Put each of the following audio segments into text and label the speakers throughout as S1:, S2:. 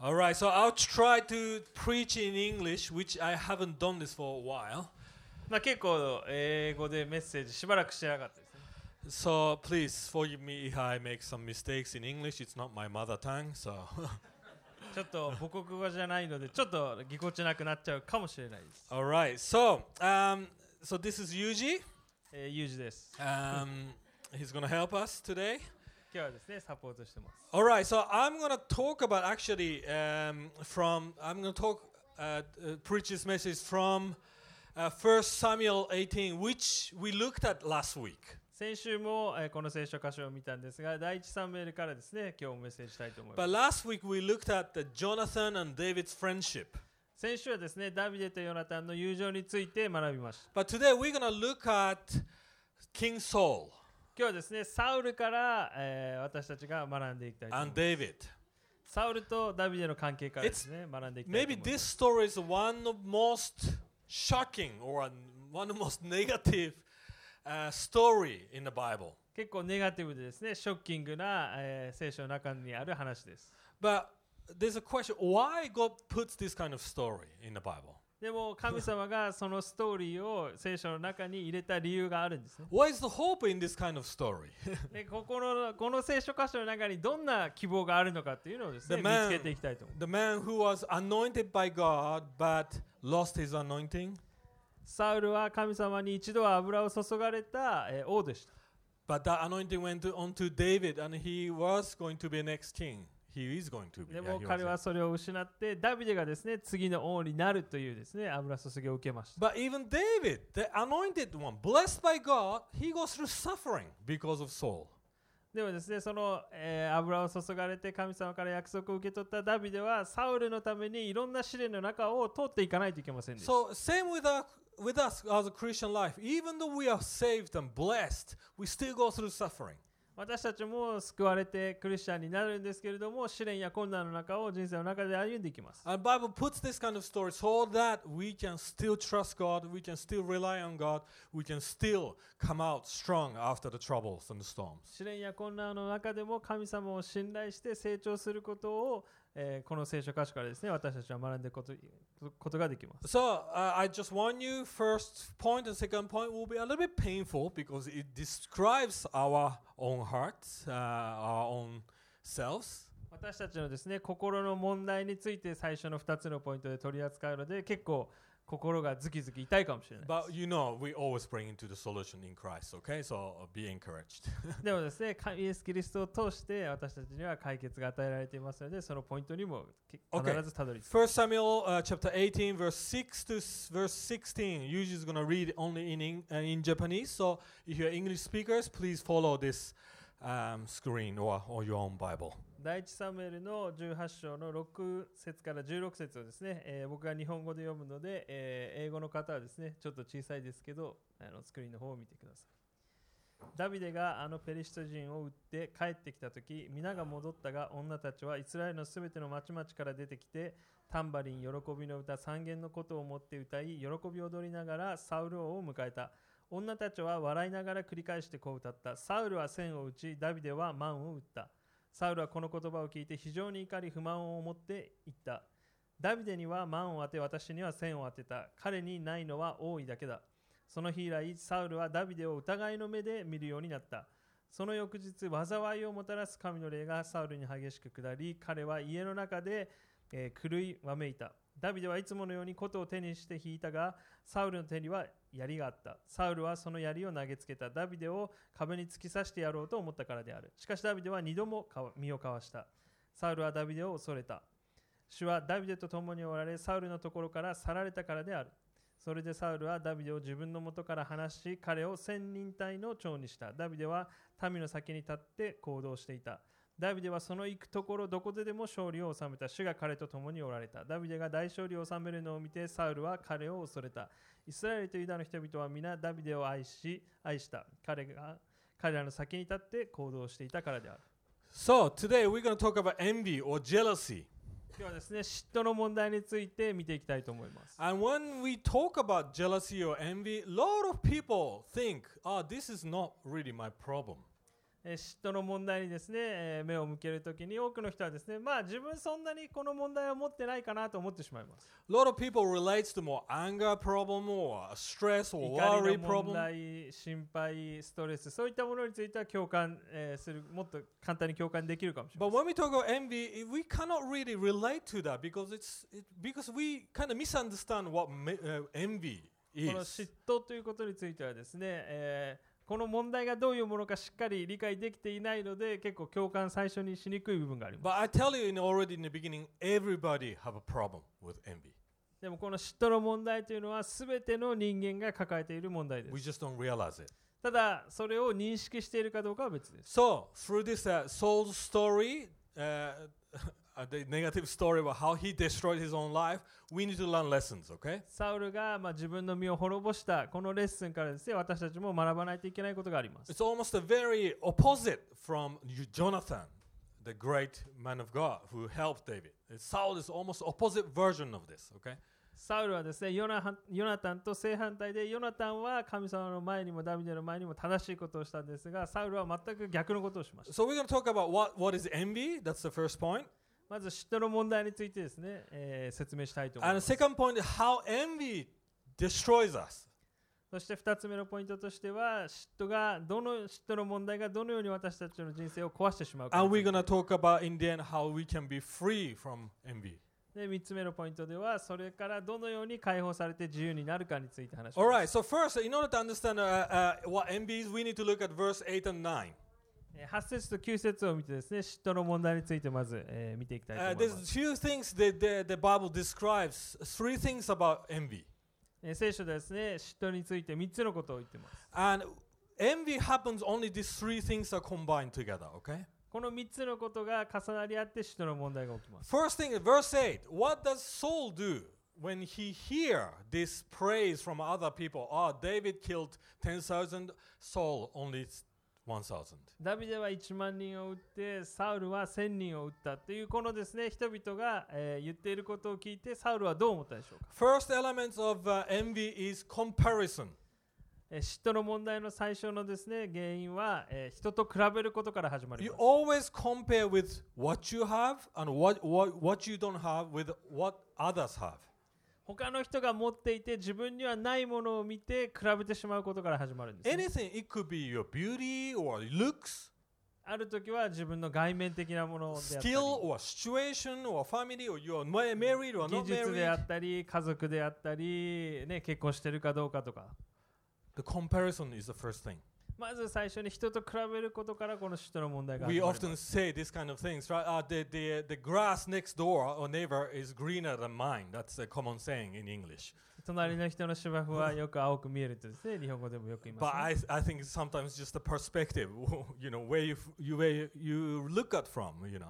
S1: All right, so I'll try to preach in English, which I haven't done this for a while.
S2: まあ、結構英語でメッセージしばらくしてなかったですね
S1: So please forgive me if I make some mistakes in English. It's not my mother tongue, so
S2: ちょっと母国語じゃないのでちょっとぎこちなくなっちゃうかもしれないです、
S1: all right. So um, so this is Yuji.
S2: えー、ユージです
S1: Um, he's gonna help us today.
S2: 今日はですねサポートしてます
S1: All right, so I'm gonna talk about actually um, from I'm gonna talk uh, uh, preach this message from uh, 1 Samuel 18, which we looked at last week.
S2: 先週も、えーこの聖書箇所を見たんですが第一サムエルからですね今日もメッセージしたいと思いま
S1: But
S2: す
S1: last week we looked at the Jonathan and David's friendship.
S2: 先週はですねダビデとヨナタンの友情について学びました
S1: But today we're gonna look at King Saul
S2: 今日はですねサウルから、えー私たちが学んでいきたいと思い
S1: and
S2: ます
S1: David.
S2: サウルとダビデの関係からですね学んでいきたいと
S1: Maybe
S2: 思います
S1: this story is one of most shocking or one of most negative uh, story in the Bible.
S2: 結構ネガティブでですねショッキングな、えー聖書の中にある話です
S1: But there's a question why God puts this kind of story in the Bible?
S2: でも神様がそのストーリーを聖書の中に入れた理由があるん ですね
S1: What is the hope in this kind of story?
S2: でここのこの聖書箇所の中にどんな希望があるのかっていうのをですね
S1: The
S2: 見
S1: man-
S2: つけていきたいと思います
S1: the man who was anointed by God but lost his anointing,
S2: サウルは神様に一度は油を注がれた、えー王でした。
S1: but that anointing went on to David and he was going to be next king. He is going to be.
S2: で
S1: yeah,
S2: も
S1: he
S2: 彼
S1: was,
S2: は
S1: yeah.
S2: それを失って、ダビデがですね、次の王になるというですね、油注ぎを受けました。
S1: But even David, the anointed one, blessed by God, he goes through suffering because of Saul.
S2: でもですね、その、えー油を注がれて神様から約束を受け取ったダビデは、サウルのためにいろんな試練の中を通っていかないといけませんでした。
S1: So same with our, with us as a Christian life. Even though we are saved and blessed, we still go through suffering.
S2: 私たちも救われてクリスチャンになるんですけれども、試練や困難の中を人生の中で歩んでいきます。
S1: And Bible puts this kind of story so that we can still trust God, we can still rely on God, we can still come out strong after the troubles and the storms.
S2: 試練や困難の中でも神様を信頼して成長することを、えーこの聖書箇所からですね私たちは学んでいくことことができます。
S1: So uh, I just warn you. First point and second point will be a little bit painful because it describes our own hearts, uh, our own selves.
S2: 私たちのですね心の問題について最初の2つのポイントで取り扱うので結構心がズキズキ痛いかもしれないで
S1: But you know, we always bring into the solution in Christ. Okay, so uh, be encouraged.
S2: す。 でもですねかイエス・キリストを通して私たちには解決が与えられていますのでそのポイントにもけ
S1: Okay.
S2: 必ずたどり着く。
S1: First Samuel uh, chapter 18, verse 6 to s- verse 16. Yuji is going to read only in, Eng- uh, in Japanese. So if you're English speakers, please follow this um, screen or, or your own Bible.
S2: 第一サムエルの18章の6節から16節をですね、えー僕が日本語で読むので、えー英語の方はですねちょっと小さいですけどあのスクリーンの方を見てくださいダビデがあのペリシト人を撃って帰ってきた時皆が戻ったが女たちはイスラエルのすべての町々から出てきてタンバリン喜びの歌三弦のことを持って歌い喜び踊りながらサウル王を迎えた女たちは笑いながら繰り返してこう歌ったサウルは千を打ちダビデは万を打ったサウルはこの言葉を聞いて非常に怒り不満を持って言った。ダビデには万を当て私には千を当てた。彼にないのは王位だけだ。その日以来、サウルはダビデを疑いの目で見るようになった。その翌日、災いをもたらす神の霊がサウルに激しく下り、彼は家の中で、えー狂いわめいた。ダビデはいつものように琴を手にして引いたが、サウルの手には槍があった。サウルはその槍を投げつけた。ダビデを壁に突き刺してやろうと思ったからである。しかしダビデは二度もかわ身をかわした。サウルはダビデを恐れた。主はダビデと共におられ、サウルのところから去られたからである。それでサウルはダビデを自分の元から離し、彼を千人隊の長にした。ダビデは民の先に立って行動していた。ダビデはその行くところどこででも勝利を収めた。主が彼と共におられた。ダビデが大勝利を収めるのを見て、サウルは彼を恐れた。イスラエルとユダの人々は皆ダビデを愛し、愛した。彼が彼らの先に立って行動していたからである。
S1: So today we're going to talk about envy or jealousy.
S2: 今日はですね、嫉妬の問題について見ていきたいと思います。
S1: And when we talk about "Ah, jealousy or envy, a lot of people think, oh, this is not really my problem.
S2: えー嫉妬の問題にですね、えー目を向けるときに多くの人はですね、まあ自分そんなにこの問題を持ってないかなと思ってしまいます。
S1: A lot of people relates to more anger problem or stress
S2: 怒
S1: or
S2: り
S1: worry
S2: の
S1: problem.
S2: 問題、心配、ストレス、そういったものについては共感、えーする、もっと簡単に共感できるかもしれ
S1: But
S2: ません。
S1: when we talk about envy, i- we cannot really relate to that because it's it, because we kind of misunderstand what me, uh, envy
S2: この
S1: is.
S2: 嫉妬ということについてはですね、えーこの問題がどういうものかしっかり理解できていないので、結構共感最初にしにくい部分がありま
S1: But
S2: す。
S1: I tell you in already in the beginning, everybody have a problem with envy.
S2: でもこの嫉妬の問題というのは全ての人間が抱えている問題で
S1: We
S2: す。
S1: just don't realize it.
S2: ただ、それを認識しているかどうかは別です。
S1: So through this uh, Saul's story, uh, uh, the negative story about how he destroyed his own life, we need to learn lessons. Okay.
S2: サウルがまあ自分の身を滅ぼしたこのレッスンからですね、私たちも学ばないといけないことがあります。
S1: It's almost a very opposite from Ju- Jonathan, the great man of God who helped David. Uh, Saul is almost opposite version of this. Okay.
S2: サウルはですねヨナハン、ヨナタンと正反対で、ヨナタンは神様の前にもダビデの前にも正しいことをしたんですが、サウルは全く逆のことをしました。
S1: So we're going to talk about what, what is envy. That's the first point.
S2: まず嫉妬の問題についてですね、えー説明したいと思い
S1: And
S2: ま
S1: the
S2: す。
S1: second point is how envy destroys us.
S2: そして2つ目のポイントとしては、嫉妬がどの嫉妬の問題がどのように私たちの人生を壊してしまうかに
S1: And
S2: つ
S1: we're
S2: いて。
S1: going to talk about in the end how we can be free from envy.
S2: で3つ目のポイントでは、それからどのように解放されて自由になるかについて話し
S1: All
S2: ま
S1: right.
S2: す。
S1: So first, in order to understand uh, uh, what envy is, we need to look at verse eight and nine.
S2: えー8節と9節を見てですね、嫉妬の問題についてまず、えー見ていきたいと
S1: Uh,
S2: 思い
S1: there's
S2: ます。
S1: few things that the, the Bible describes. Three things about envy,
S2: えー聖書ではですね、嫉妬について3つのことを言ってます。
S1: and envy happens only these three things are combined together. Okay.
S2: この3つのことが重なり合って嫉妬の問題が起きます。
S1: First thing, verse eight. What does Saul do when he hear this praise from other people? Oh, David killed ten thousand. Saul only one thousand.
S2: ダビデは1万人を撃って、サウルは1000人を撃ったという、このですね、人々が、えー言っていることを聞いて、サウルはどう思ったでしょうか、
S1: First element of uh, envy is comparison.
S2: えー嫉妬の問題の最初のですね、原因は、えー人と比べることから始まり
S1: You
S2: ます。
S1: always compare with what you have and what, what, what you don't have with what others have.
S2: 他の人が持っていて、自分にはないものを見て、比べてしまうことから始まるんですね、
S1: Anything, it could be your beauty or looks,
S2: ある時は自分の外面的なものであったり
S1: skill or situation or family or you are ma- married or
S2: 技
S1: not
S2: 術であ
S1: married.
S2: ったり、家族であったり、ね、結婚してるかどうかとか。
S1: The comparison is the first thing.
S2: まず最初に人と比べることからこの人の問題が始
S1: We
S2: まりま
S1: often
S2: す
S1: say this kind of things, right? Uh, the, the, the grass next door or neighbor is greener than mine. That's a common saying in English.
S2: 隣の人の芝生はよく青く見えるとですね、日本語でもよく言い
S1: But
S2: ます、ね。
S1: I, I think it's sometimes just the perspective, you know, where you, f- you, where you- you look at from, you know.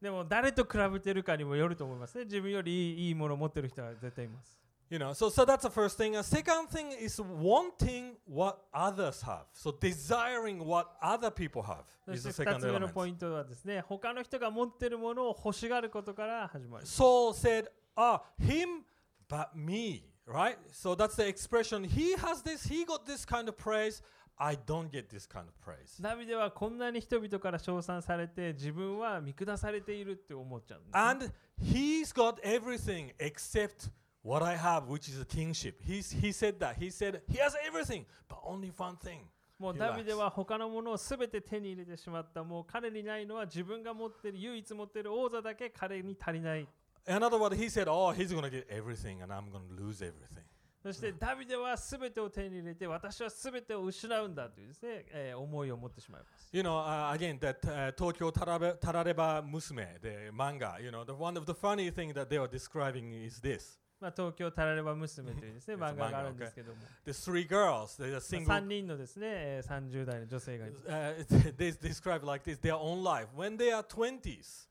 S2: でも誰と比べてるかにもよると思いますね。自分よりいいいいものを持ってる人は絶対います。
S1: You know, so so that's the first thing. A second thing is wanting what others have. So desiring what other people have
S2: そ
S1: is
S2: し
S1: the
S2: て2
S1: second
S2: つ目の
S1: element.
S2: ポイントはですね、他の人が持ってるものを欲しがることから始まります。
S1: Saul said, "Ah, him, but me." Right. So that's the expression. He has this. He got this kind of praise. I don't get this kind of praise.
S2: ダビデはこんなに人々から称賛されて自分は見下されているって思っちゃうんですね、
S1: And he's got everything except what I have, which is a kingship. He's, he said that. He said he has everything, but only one thing.
S2: もう
S1: He
S2: ダビデ
S1: lacks.
S2: は他のものを全て手に入れてしまった。もう彼にないのは自分が持ってる、唯一持ってる王座だけ彼に足りない。
S1: In other words, he said, "Oh, he's gonna get everything, and I'm gonna lose everything."
S2: そしてダビデは全てを手に入れて、私は全てを失うんだというですね、えー思いを持ってしまいます。
S1: You know, uh, again, that uh, Tokyo Tarabe- Tarareba Musume, the manga, you know, the one of the funny thing that they were describing is this.
S2: まあ、東京タラレバ娘というですね、
S1: It's a
S2: 漫画
S1: manga,
S2: があるんですけども、ま
S1: The three girls, they're
S2: あ
S1: single.
S2: 3人のですね、えー30代の女性がいます。
S1: Uh, they describe like this their own life. When they are 20s,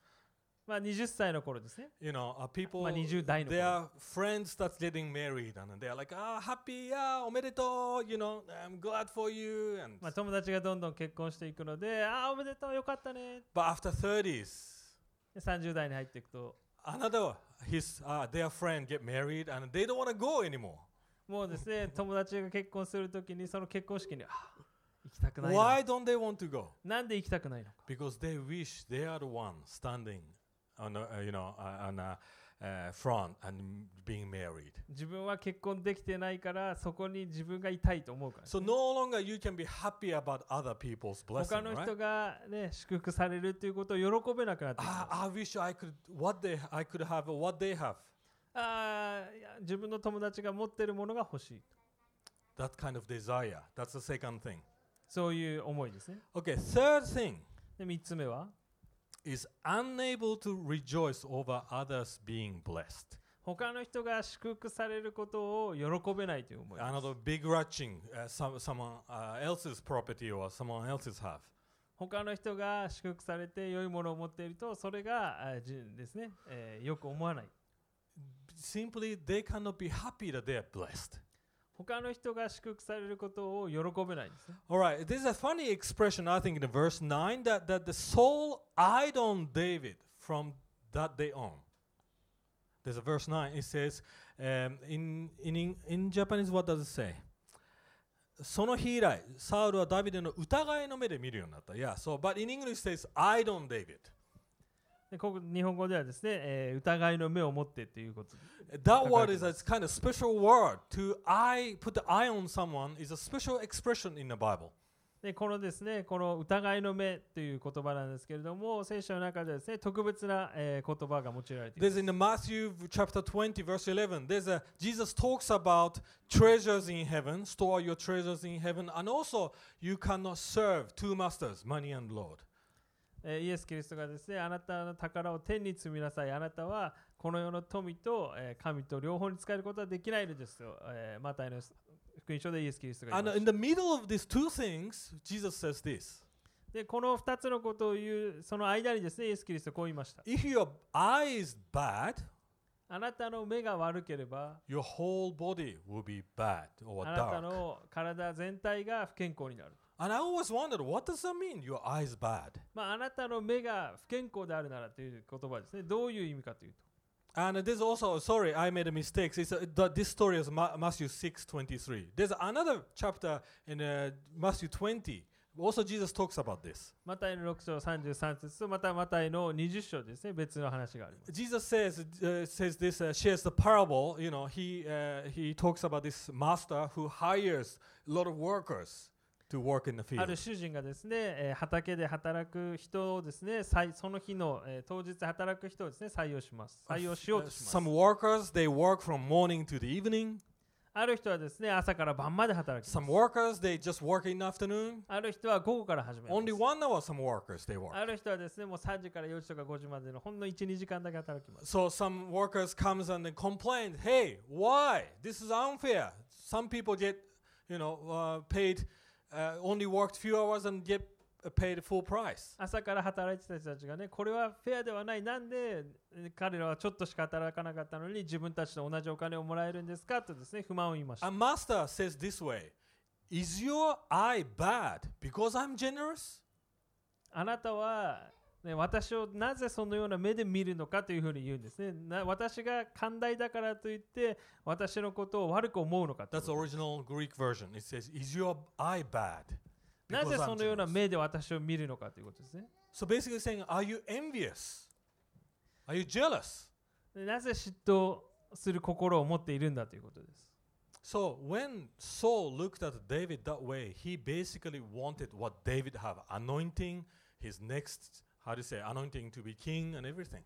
S2: まあ、20歳の頃ですね。
S1: you know, uh, people,
S2: まあ、20代の頃。
S1: their friends start getting married and they're like, ah, happy, yeah, omedetou, you know, I'm glad for you. And
S2: まあ、友達がどんどん結婚していくので、ああ、おめでとう、よかったね。
S1: But after 30s,
S2: で30代に入っていくと、
S1: another his uh, their friend get married and they don't want to go anymore
S2: もうですね、友達が結婚するときに、その結婚式に、あ行きたくないの
S1: Why don't they want to go?
S2: なんで行きたくないのか
S1: Because they wish they are the one standing on, a, uh, you know, uh, on a uh, front and m- being married.
S2: 自分は結婚できてないからそこに自分がいたいと思うからです
S1: So no longer you can be happy about other people's
S2: 他
S1: blessing,
S2: の
S1: right?
S2: 人が、ね、祝福されるということを喜べなくなってきます
S1: Ah, I wish I could what they I could have what they have.
S2: あーいや自分の友達が持ってるものが欲しい
S1: That kind of desire. That's the second thing.
S2: そういう思いですね
S1: Okay, third thing
S2: で3つ目は
S1: is unable to rejoice over others being blessed.
S2: 他の人が祝福されることを喜べないという思いです
S1: Another begrudging uh, some, someone uh, else's property or someone else's have.
S2: 他の人が祝福されて良いものを持っているとそれがあーじですね、えーよく思わない
S1: Simply, they cannot be happy that they are blessed.
S2: 他の人が祝福されることを喜べないんですね
S1: All right, this is a funny expression, I think, in the verse 9 that, that the soul eyed on David from that day on. There's a verse 9, it says, um, in, in, in, in Japanese, what does it say? その日以来、サウルはダビデの疑いの目で見るようになった。Yeah, so, but in English, it says, eyed on David.
S2: でここ日本語ではですね、えー疑いの目を持ってということで
S1: That word is a kind of special word. To eye, put the eye on someone is a special expression in the Bible.
S2: でこのですねこの疑いの目という言葉なんですけれども聖書の中ではですね特別な、えー言葉が用いられています
S1: There's in the Matthew v- chapter 20, verse 11. There's a Jesus talks about treasures in heaven, store your treasures in heaven, and also you cannot serve two masters, money and Lord.
S2: えーイエス・キリストがですねあなたの宝を天に積みなさいあなたはこの世の富と、えー神と両方に使えることはできないのですよ、えーマタイの福音書でイエス・キリストが言い
S1: And
S2: ま
S1: uh,
S2: し
S1: in the
S2: た
S1: middle of these two things, Jesus says this:
S2: でこの2つのことを言うその間にですねイエス・キリストはこう言いました
S1: If your eye is bad,
S2: あなたの目が悪ければ
S1: your whole body will be bad or
S2: あなた
S1: dark.
S2: の体全体が不健康になる、
S1: And I always wondered, what does that mean? Your eye is bad.
S2: まあ、あなたの目が不健康であるならという言葉ですねどういう意味かというと
S1: And there's also, sorry, I made a mistake. It's, uh, th- this story is Ma- Matthew 6 23. There's another chapter in uh, Matthew 20. Also, Jesus talks about this.
S2: マタイの6章33節とまたマタイの20章ですね別の話があります
S1: Jesus says, uh, says this, uh, shares the parable. You know, he, uh, he talks about this master who hires a lot of workers to work in the
S2: ある
S1: field.
S2: 主人がですね、えー畑で働く人をですね、採その日の、えー当日働く人をですね、採用します。採用しよう
S1: Uh,
S2: としま
S1: some workers,
S2: す。
S1: they work from morning to the evening.
S2: ある人はですね、朝から晩まで働きま
S1: Some
S2: す。
S1: workers, they just work in the afternoon.
S2: ある人は午後から始めま
S1: Only
S2: す。
S1: one hour, some workers, they work.
S2: ある人はですね、もう3時から4時とか5時までのほんの1、2時間だけ働きます。
S1: So some workers comes and they complain, "Hey, why? This is unfair. Some people get, you know, uh, paid uh, only worked few hours and get uh, paid full price."
S2: 朝から働いてた人たちがね、これはフェアではない、なんでえー彼らはちょっとしか働かなかったのに自分たちと同じお金をもらえるんですかとですね、不満を言いました
S1: A。master says this way, "Is your eye bad because I'm generous?"
S2: あなたは、ね、私をなぜそのような目で見るのかというふうに言うんですね。な私が寛大だからといって、私のことを悪く思うのかという
S1: That's
S2: こ
S1: the
S2: と
S1: original Greek version. It says, "Is your eye bad?"
S2: なぜ
S1: because
S2: そ
S1: I'm
S2: のような
S1: generous?"
S2: 目で私を見るのかということですね。
S1: So basically saying, "Are you envious? Are you jealous?"
S2: でなぜ嫉妬する心を持っているんだということです。
S1: So when Saul looked at David that way, he basically wanted what David have anointing, his next how do you say anointing to be king and everything.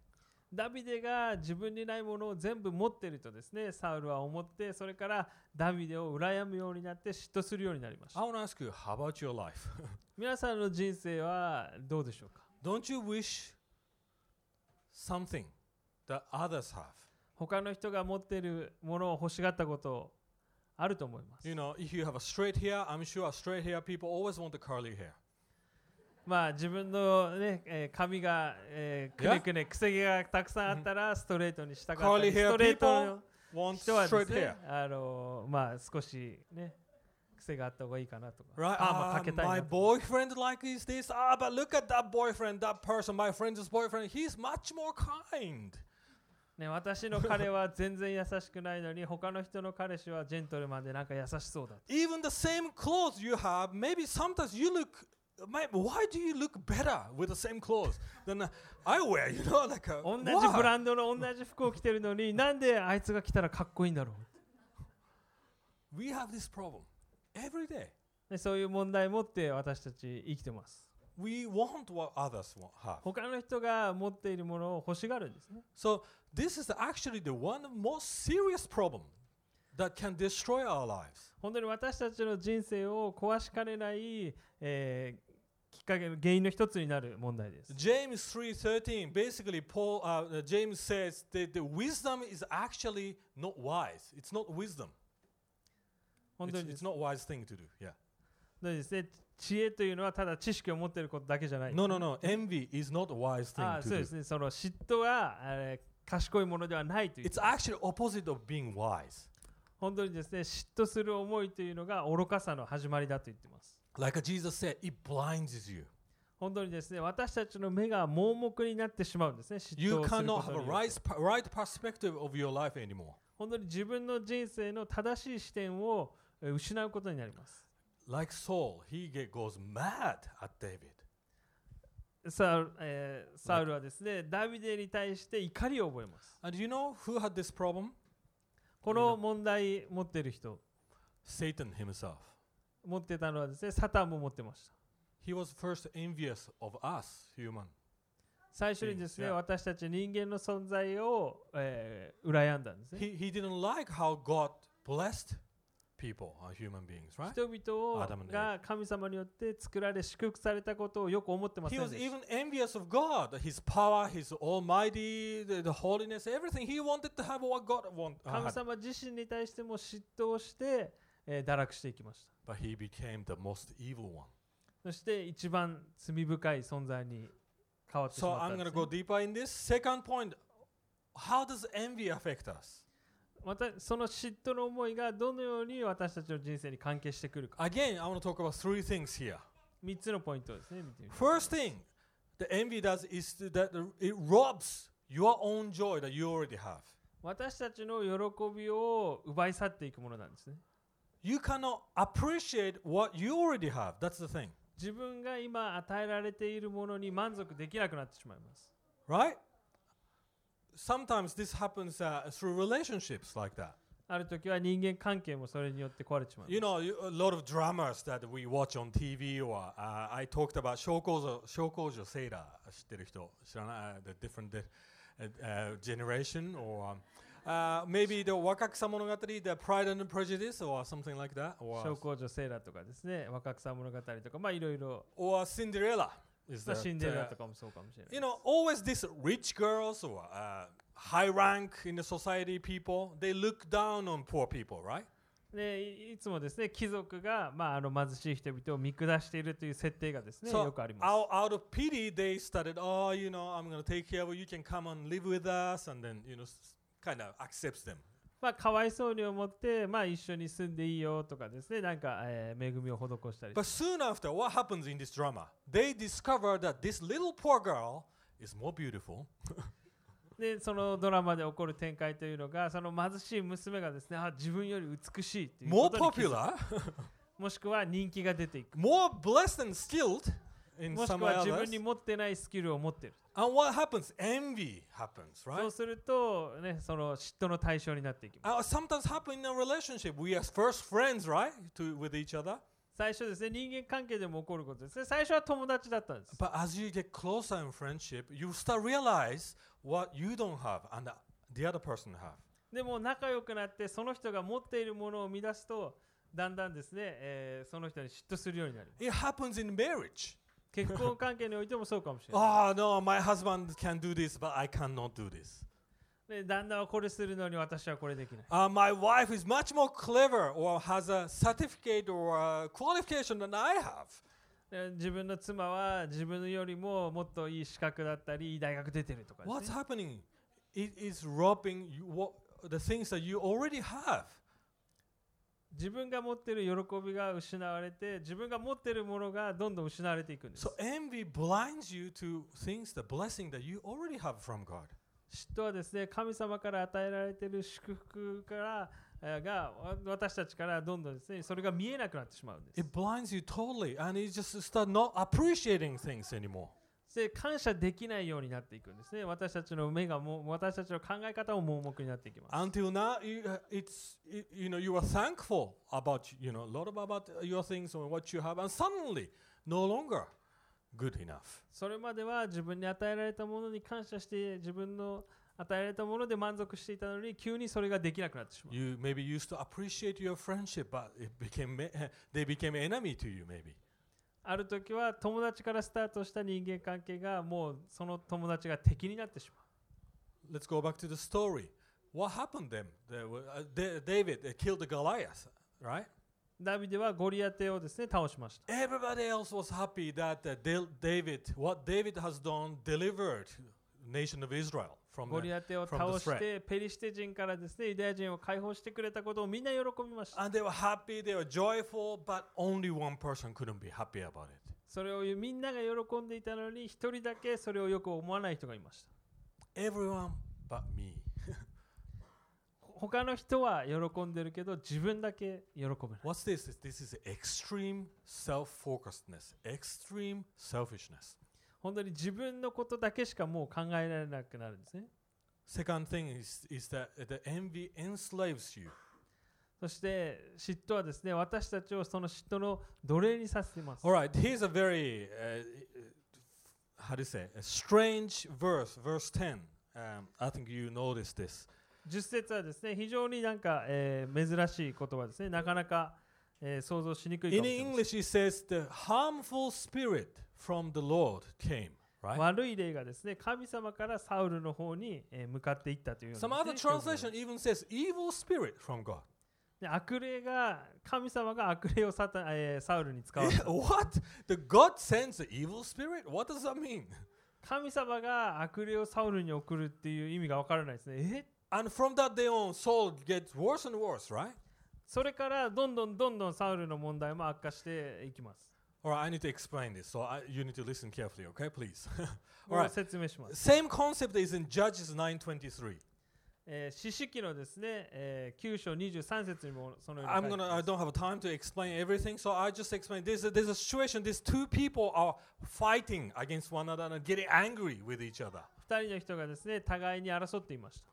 S2: ダビデが自分にないものを全部持っているとですね、サウルは思って、それからダビデを羨むようになって嫉妬するようになりまし
S1: I
S2: た。
S1: want to ask you, how about your life?
S2: 皆さんの人生はどうでしょうか
S1: Don't you wish something that others have?
S2: 他の人が持っているものを欲しがったことあると思います
S1: You。know, if you have a straight hair, I'm sure straight hair people always want the curly hair.
S2: まあ自分のね、えー髪が、えーく
S1: Yeah.
S2: ねくねくせ毛がたくさんあったらストレートにしたかった
S1: Curly
S2: りス
S1: hair
S2: トレート
S1: people
S2: の
S1: want
S2: 人はで
S1: straight
S2: すね
S1: hair.
S2: あのーまあ少しね癖があった方がいいかなとか、
S1: Right?
S2: パーマ
S1: Ah,
S2: かけたい
S1: my
S2: なとか
S1: boyfriend like is this. Ah, but look at that boyfriend, that person, my friend's boyfriend. He's much more kind.
S2: ね、私の彼は全然優しくないのに、他の人の彼氏はジェントルマンでなんか優しそうだ。
S1: Even the same clothes you have, maybe sometimes you look. may- Why do you look better with the same clothes than uh, I wear? You know, like uh,
S2: 同じ
S1: why?
S2: ブランドの同じ服を着てる のに、なんであいつが着たらかっこいいんだろ
S1: We have this problem every day.
S2: う。ね、そういう問題持って私たち生きてます。
S1: We want what others want, have.
S2: 他の人が持っているものを欲しがるんですね。
S1: So this is the- actually the one most serious problem that can destroy our lives.
S2: 本当に私たちの人生を壊しかねない、えーきっかけの原因の一つになる問題です。
S1: James 3:13 basically Paul uh, uh, James says that the wisdom is actually not wise. It's not wisdom.
S2: 本
S1: It's,
S2: 当にで
S1: it's
S2: す
S1: not wise thing to do. Yeah.
S2: 本当にですね。知恵というのはただ知識を持っていることだけじゃない。
S1: No, no, no. Envy is Ah, not a wise thing
S2: ああ
S1: to
S2: そうで
S1: do.
S2: すね。その嫉妬は、えー賢いものではないという
S1: It's。actually opposite of being wise.
S2: 本当にですね、嫉妬する思いというのが愚かさの始まりだと言ってます。
S1: Like Jesus said, it blinds you.
S2: 本当にですね、私たちの目が盲目になってしまうんですね、嫉妬
S1: You
S2: をするこ
S1: cannot
S2: と
S1: have a
S2: によって
S1: right, right perspective of your life anymore.
S2: 本当に自分の人生の正しい視点をえー失うことになります。
S1: Like Saul, he get, goes mad at David.
S2: サウル,、えーサウルはですね、ダビデに対して怒りを覚えます。
S1: And you know who had this problem?
S2: この問題持ってる人、
S1: Satan himself.
S2: 持ってたのはですね、サタンも持ってました。
S1: He was first envious of us, human.
S2: 最初にですね、
S1: Yeah.
S2: 私たち人間の存在を、えー羨んだんですね。
S1: He, he didn't like how God blessed people, uh, human beings, right?
S2: 人々を
S1: Adam and Eve
S2: が神様によって作られ祝福されたことをよく思ってませ
S1: He
S2: んで
S1: was
S2: した
S1: even envious of God, his power, his almighty, the, the holiness, everything. He wanted to have what God uh, wanted.
S2: 神様自身に対しても嫉妬をして、えー堕落していきました
S1: But he became the most evil one.
S2: そして一番罪深い存在に変わってし
S1: So
S2: まっ
S1: I'm
S2: たん
S1: going to
S2: です
S1: go
S2: ね、
S1: deeper in this. Second point how does envy affect us?
S2: またその嫉妬の思いがどのように私たちの人生に関係してくるか
S1: Again, I want to talk about three things here.
S2: 3つのポイントをですね見てみましょう
S1: First thing the envy does is to- that it robs your own joy that you already have.
S2: 私たちの喜びを奪い去っていくものなんですね
S1: You cannot appreciate what you already have. That's the thing,
S2: 自分が今与えられているものに満足できなくなってしまいます
S1: right? Sometimes this happens uh, through relationships like that.
S2: ある時は人間関係もそれによって壊れちまう
S1: You know, you- a lot of dramas that we watch on TV or uh, I talked about Shokojo, Shokojo Seira, 知ってる人知らない The different de- uh, generation or um, uh, maybe the Wakaksa Monogatari, the Pride and Prejudice or something like that.
S2: 小
S1: Or,
S2: 公女セーラとかですね若草物語とかまあいろいろ
S1: or Cinderella. Is
S2: まあ
S1: that,
S2: シンデレラ
S1: uh,
S2: とかもそうかもしれない
S1: you know, always these rich girls or uh, high rank in the society people, they look down on poor people, right?
S2: でいいつもですね貴族がまああの貧しい人々を見下しているという設定がですね
S1: So
S2: よくあります
S1: out, out of pity, they started, oh, you know, I'm going to take care of you. You can come and live with us. And then, you know, kind of accepts them.
S2: まあかわいそうに思ってまあ一緒に住んでいいよとかですねなんかえー恵みを施したり
S1: But soon after, what happens in this drama? They discover that this little poor girl is more beautiful.
S2: でそのドラマで起こる展開というのがその貧しい娘がですねあ自分より美しいっていうこ
S1: More
S2: とに気づく
S1: popular,
S2: もしくは人気が出ていく
S1: more blessed and skilled in
S2: もし
S1: some
S2: くは自
S1: others.
S2: 分に持ってないスキルを持っている
S1: And what happens? Envy happens,
S2: そ
S1: right?
S2: うすると、ね、その嫉妬の対象になっていきます。
S1: Uh, sometimes happen in a relationship. We are first friends, right, to, with each other.
S2: 最初ですね、人間関係でも起こることですね。最初は友達だったんです。
S1: But as you get closer in friendship, you start realize what you don't have and the- the other person have.
S2: でも仲良くなって、その人が持っているものを見出すと、だんだんですね、えーその人に嫉妬するようになる。
S1: It happens in marriage.
S2: 結婚関係においてもそうかもしれ な
S1: Oh no, my husband can do this, but I cannot do this.
S2: い。ね、旦那はこれするのに私はこれできない。
S1: Uh, my wife is much more clever or has a certificate or a qualification than I have.
S2: ね自分の妻は自分よりももっといい資格だったり、いい大学出てるとかです
S1: What's
S2: ね
S1: happening? It is robbing you what, the things that you already have.
S2: 自分が持っている喜びが失われて、自分が持っているものがどんどん失われていくんです
S1: So。envy blinds you to things, the blessing that you already have from God.
S2: 嫉妬はですね神様から与えられている祝福からえーがわ私たちからどんどんですねそれが見えなくなってしまうんです
S1: It blinds you totally, and you just start not appreciating things anymore.
S2: で感謝できないようになっていくんですね私たちの目がもう私たちの考え方も盲目になっていきます
S1: Until now, you, uh, it's you, you know you are thankful about you know a lot about your things and what you have, and suddenly no longer good enough.
S2: それまでは自分に与えられたものに感謝して自分の与えられたもので満足していたのに急にそれができなくなってしまう
S1: You maybe used to appreciate your friendship, but it became ma- they became enemy to you maybe.
S2: ある時は友達からスタートした人間関係がもうその友達が敵になってしまう
S1: Let's go back to the story. What happened then? They were, uh, Da- David uh, killed the Goliath, right?
S2: ダビデはゴリアテをですね倒しました
S1: Everybody else was happy that uh, Dil- David, what David has done, delivered nation of Israel from
S2: ゴ
S1: the
S2: リアテを
S1: From the
S2: 倒し
S1: threat.
S2: てペリシテ人からですねユダヤ人を解放してくれたことをみんな喜びました
S1: And they were happy, they were joyful, but only one person couldn't be happy about it.
S2: それをみんなが喜んでいたのに一人だけそれをよく思わない人がいました
S1: Everyone but me.
S2: ほ他の人は喜んでるけど自分だけ喜べない
S1: What's this? This- This is extreme self focusedness, extreme selfishness.
S2: 本当に自分のことだけしかもう考えられなくなるんですね
S1: Second thing is, is that uh, the envy enslaves you.
S2: そして嫉妬はですね私たちをその嫉妬の奴隷にさせています
S1: All right, here's a very, uh, uh, how do you say, a strange verse, verse 10. Um, I think you noticed this.
S2: 10節はですね非常になんか、えー珍しい言葉ですねなかなか、えー想像しにくいか
S1: In
S2: もしれませ
S1: English,
S2: ん
S1: it says, the harmful spirit from the Lord came, right?
S2: 悪い霊がですね神様からサウルの方に、えー向かっていったというような
S1: Some other
S2: ですね表現で
S1: translation even says,
S2: す
S1: evil spirit from God.
S2: で悪霊が神様が悪霊をサタン、えーサウルに使わせ
S1: Eh,
S2: た
S1: what? The God sends the evil spirit? What does that mean?
S2: 神様が悪霊をサウルに送るっていう意味がわからないですねえ
S1: And from that day on, Saul gets worse and worse, right?
S2: それからどんどんどんどんサウルの問題も悪化していきます
S1: All right, I need to explain this, so I, you need to listen carefully, okay, please.
S2: こ
S1: Alright.
S2: れを説明します
S1: Same concept is in Judges 9:23.
S2: えー四式のですね、えー、9章23節にもそのように
S1: I'm
S2: 書いて
S1: gonna.
S2: ま
S1: I
S2: す
S1: don't have time to explain everything, so I just explain. There's a, there's a situation. These two people are fighting against one another and getting angry with each other.
S2: 二人の人がですね互いに争っていました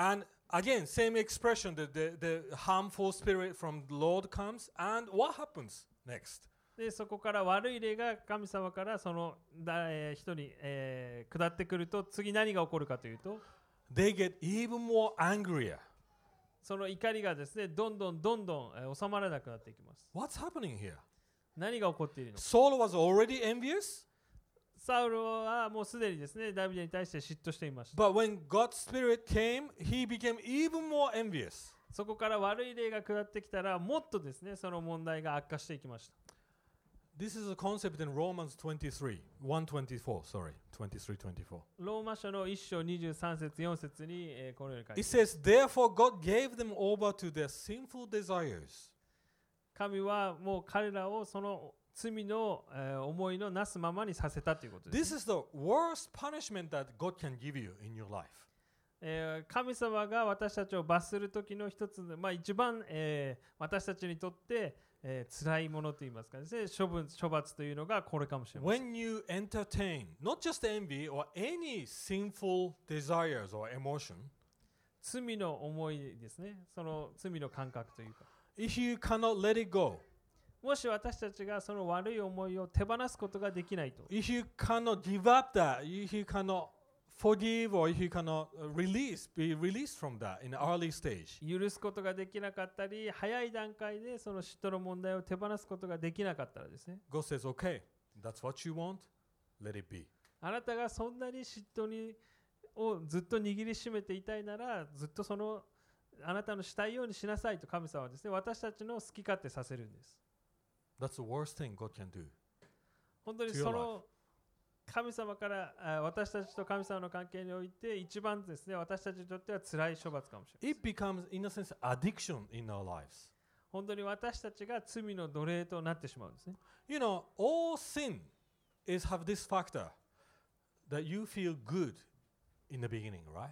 S1: And again, same expression. The the, the harmful spirit from the Lord comes, and what happens next?
S2: でそこから悪い霊が神様からそのだ、えー人に、えー下ってくると次何が起こるかというと
S1: They get even more angrier.
S2: その怒りがですねどんどんどんどん、えー収まらなくなっていきます
S1: What's happening here?
S2: 何が起こっているのか
S1: Saul was already envious,
S2: サウルはもうすでにですねダビデに対して嫉妬していました
S1: but when God's spirit came, he became even more envious.
S2: そこから悪い霊が下ってきたらもっとですねその問題が悪化していきました
S1: This is a concept in Romans 23, 124, sorry, 23, 24.
S2: ローマ書の1章23節4節に、えーこのように書いてありま
S1: It
S2: す
S1: says, Therefore God gave them over to their sinful desires.
S2: 神はもう彼らをその罪の、えー思いのなすままにさせたということです、
S1: This is the worst punishment that God can give you in your life.
S2: えー神様が私たちを罰する時の一つの、まあ、一番、えー私たちにとって、えー辛いものといいますかですね処分処罰というのがこれかもしれません
S1: When you entertain not just envy or any sinful desires or emotion,
S2: 罪の思いですねその罪の感覚というか
S1: if you cannot let it go,
S2: もし私たちがその悪い思いを手放すことができないと
S1: if you cannot give up that, if you cannot forgive or if you cannot uh, release, be released from that in an early stage,
S2: 許すことができなかったり早い段階でその嫉妬の問題を手放すことができなかったらですね
S1: God says, okay, that's what you want, let it be.
S2: あなたがそんなに嫉妬にをずっと握りしめていたいならずっとそのあなたのしたいようにしなさいと神様はですね私たちの好き勝手させるんです
S1: That's the worst thing God can do.
S2: 本当に
S1: To your
S2: その神様からあ私たちと神様の関係において一番ですね私たちにとっては辛い処罰かもしれません
S1: It becomes, in a sense, addiction in our lives.
S2: 本当に私たちが罪の奴隷となってしまうんですね
S1: You know, all sin is have this factor that you feel good in the beginning, right?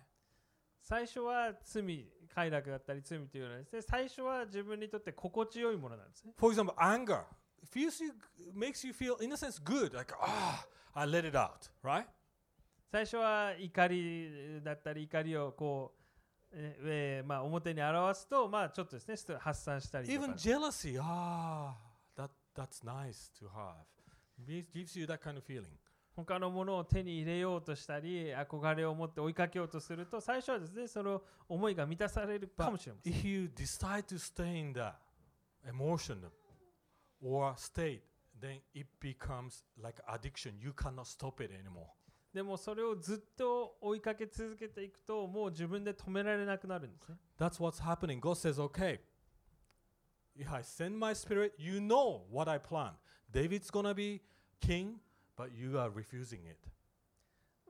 S2: 最初は罪、快楽だったり罪というのはですね、最初は自分にとって心地よいものなんですね。
S1: For example, anger feels you, makes you feel, in a sense, good. Like, ah, I let it out, right?
S2: 最初は怒りだったり怒りをこう、ええーまあ、表に表すと、まあ、ちょっとですねスト発散したりとか
S1: Even jealousy, ah, that, that's nice to have. It gives you that kind of feeling.
S2: 他のものを手に入れようとしたり憧れを持って追いかけようとすると最初はですねその思いが満たされるかもしれません
S1: If you decide to stay in that emotion or state, then it becomes like addiction. You cannot stop it anymore.
S2: でもそれをずっと追いかけ続けていくともう自分で止められなくなるんですね
S1: That's what's happening. God says, okay, if I send my spirit, you know what I plan. David's going to be king, but you are refusing it.